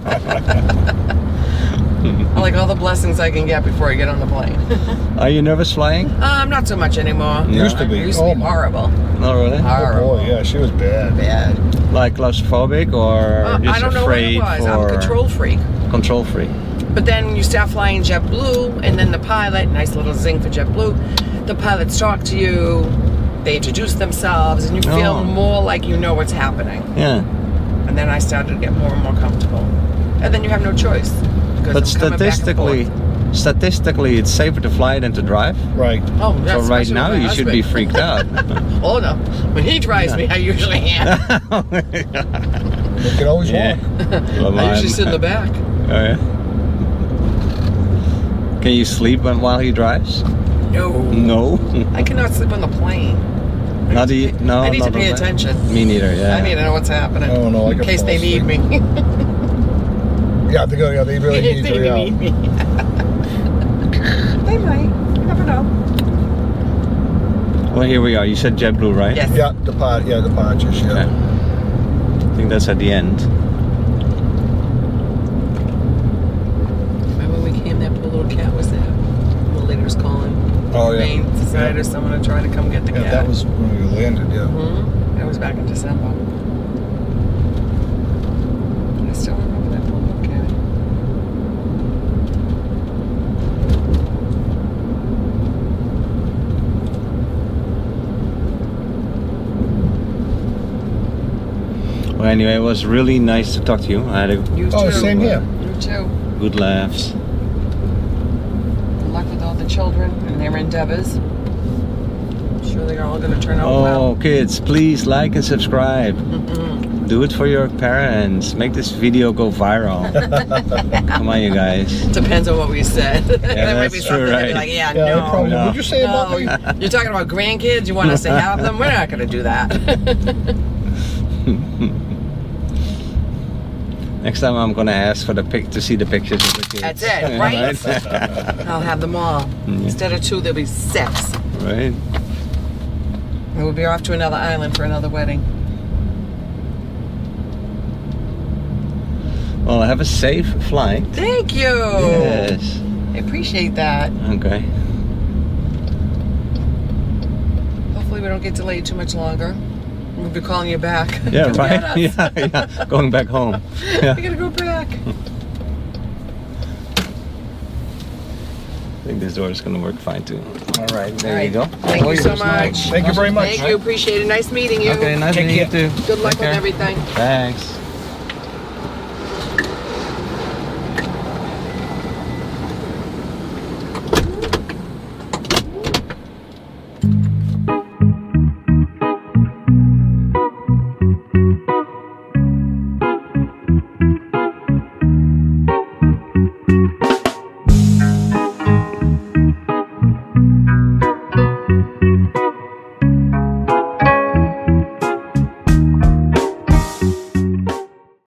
S3: I like all the blessings I can get before I get on the plane.
S1: are you nervous flying?
S3: um, not so much anymore.
S1: Yeah. Used
S2: to be.
S3: I used to
S2: Oh,
S3: be
S2: my-
S3: horrible.
S1: Not really.
S2: Oh
S3: Horrible.
S2: boy, yeah, she was bad.
S3: Bad.
S1: Like claustrophobic or
S3: Uh,
S1: just
S3: I don't know what
S1: afraid
S3: it was.
S1: for
S3: I'm a control freak.
S1: control freak.
S3: But then you start flying JetBlue, and then the pilot, nice little zing for JetBlue, the pilots talk to you, they introduce themselves, and you feel
S1: Oh.
S3: more like you know what's happening.
S1: Yeah,
S3: And then I started to get more and more comfortable. And then you have no choice. because
S1: but
S3: I'm coming back and
S1: statistically,
S3: forth.
S1: statistically, it's safer to fly than to drive.
S2: Right.
S3: Oh, yeah,
S1: so right
S3: especially
S1: now,
S3: with
S1: you
S3: my
S1: should be
S3: husband.
S1: freaked out.
S3: Oh no, when he drives me, I usually am.
S2: You can always
S1: yeah.
S2: walk.
S1: Well,
S3: I usually
S1: I'm-
S3: sit in the back.
S1: Oh, yeah. Can you sleep when- while he drives?
S3: No,
S1: No.
S3: I cannot sleep on the plane. I
S1: Not
S3: need to
S1: e-
S3: pay-
S1: no,
S3: I need to
S1: not
S3: pay
S1: on that.
S3: attention.
S1: Me neither. Yeah.
S3: I need to know what's happening.
S2: Oh, no, I
S3: in
S2: could
S3: case
S2: fall
S3: they need me.
S2: asleep. Yeah, they go. Yeah, they really need
S3: they
S2: to.
S3: need
S2: Yeah.
S3: me. they might. You never know.
S1: Well, here we are. You said JetBlue, right?
S3: Yes.
S2: Yeah, depart. Yeah, departures.
S1: Okay.
S2: Yeah.
S1: I think that's at the end.
S3: Remember when we came, that poor little cat was there. The lady was calling.
S2: Oh, yeah.
S3: Humane Society or someone to try to come get the
S2: Yeah,
S3: cat.
S2: that was when we landed. Yeah.
S3: hmm That was back in December. I still remember that poor little cat.
S1: Well, anyway, it was really nice to talk to you. I had a
S3: You
S2: Oh,
S3: too.
S2: same here.
S3: You too.
S1: good laughs.
S3: Good luck with all the children and their endeavors. I'm sure they're all going to turn out
S1: Oh,
S3: well.
S1: kids, please like and subscribe.
S3: Mhm.
S1: Do it for your parents. Make this video go viral. Come on, you guys.
S3: Depends on what we said. there might be
S1: that's true,
S3: something they'd be
S1: right.
S3: like, yeah,
S2: Yeah,
S3: no.
S2: they probably.
S1: No.
S2: Would you say
S3: No,
S2: about me?
S3: you're talking about grandkids. You want us to have them? We're not going to do that.
S1: Next time I'm gonna ask for the pic to see the pictures of the kids.
S3: That's it, right?
S1: right?
S3: I'll have them all.
S1: Mm-hmm.
S3: Instead of two, there'll be six.
S1: Right?
S3: And we'll be off to another island for another wedding.
S1: Well, have a safe flight.
S3: Thank you.
S1: Yes.
S3: I appreciate that.
S1: Okay.
S3: Hopefully, we don't don't get delayed too much longer. We'll be calling you back.
S1: Yeah,
S3: Come get
S1: right.
S3: us.
S1: Yeah, yeah. Going back home. Yeah.
S3: We gotta go back.
S1: I think this door is gonna work fine too. All right, there
S3: All right.
S1: you go.
S3: Thank you so much.
S2: Thank you very much.
S3: Thank you. Appreciate it. Nice meeting you.
S1: Okay, nice
S2: Take
S1: meeting you
S2: care.
S1: too.
S3: Good luck
S1: Take care.
S3: with everything.
S1: Thanks.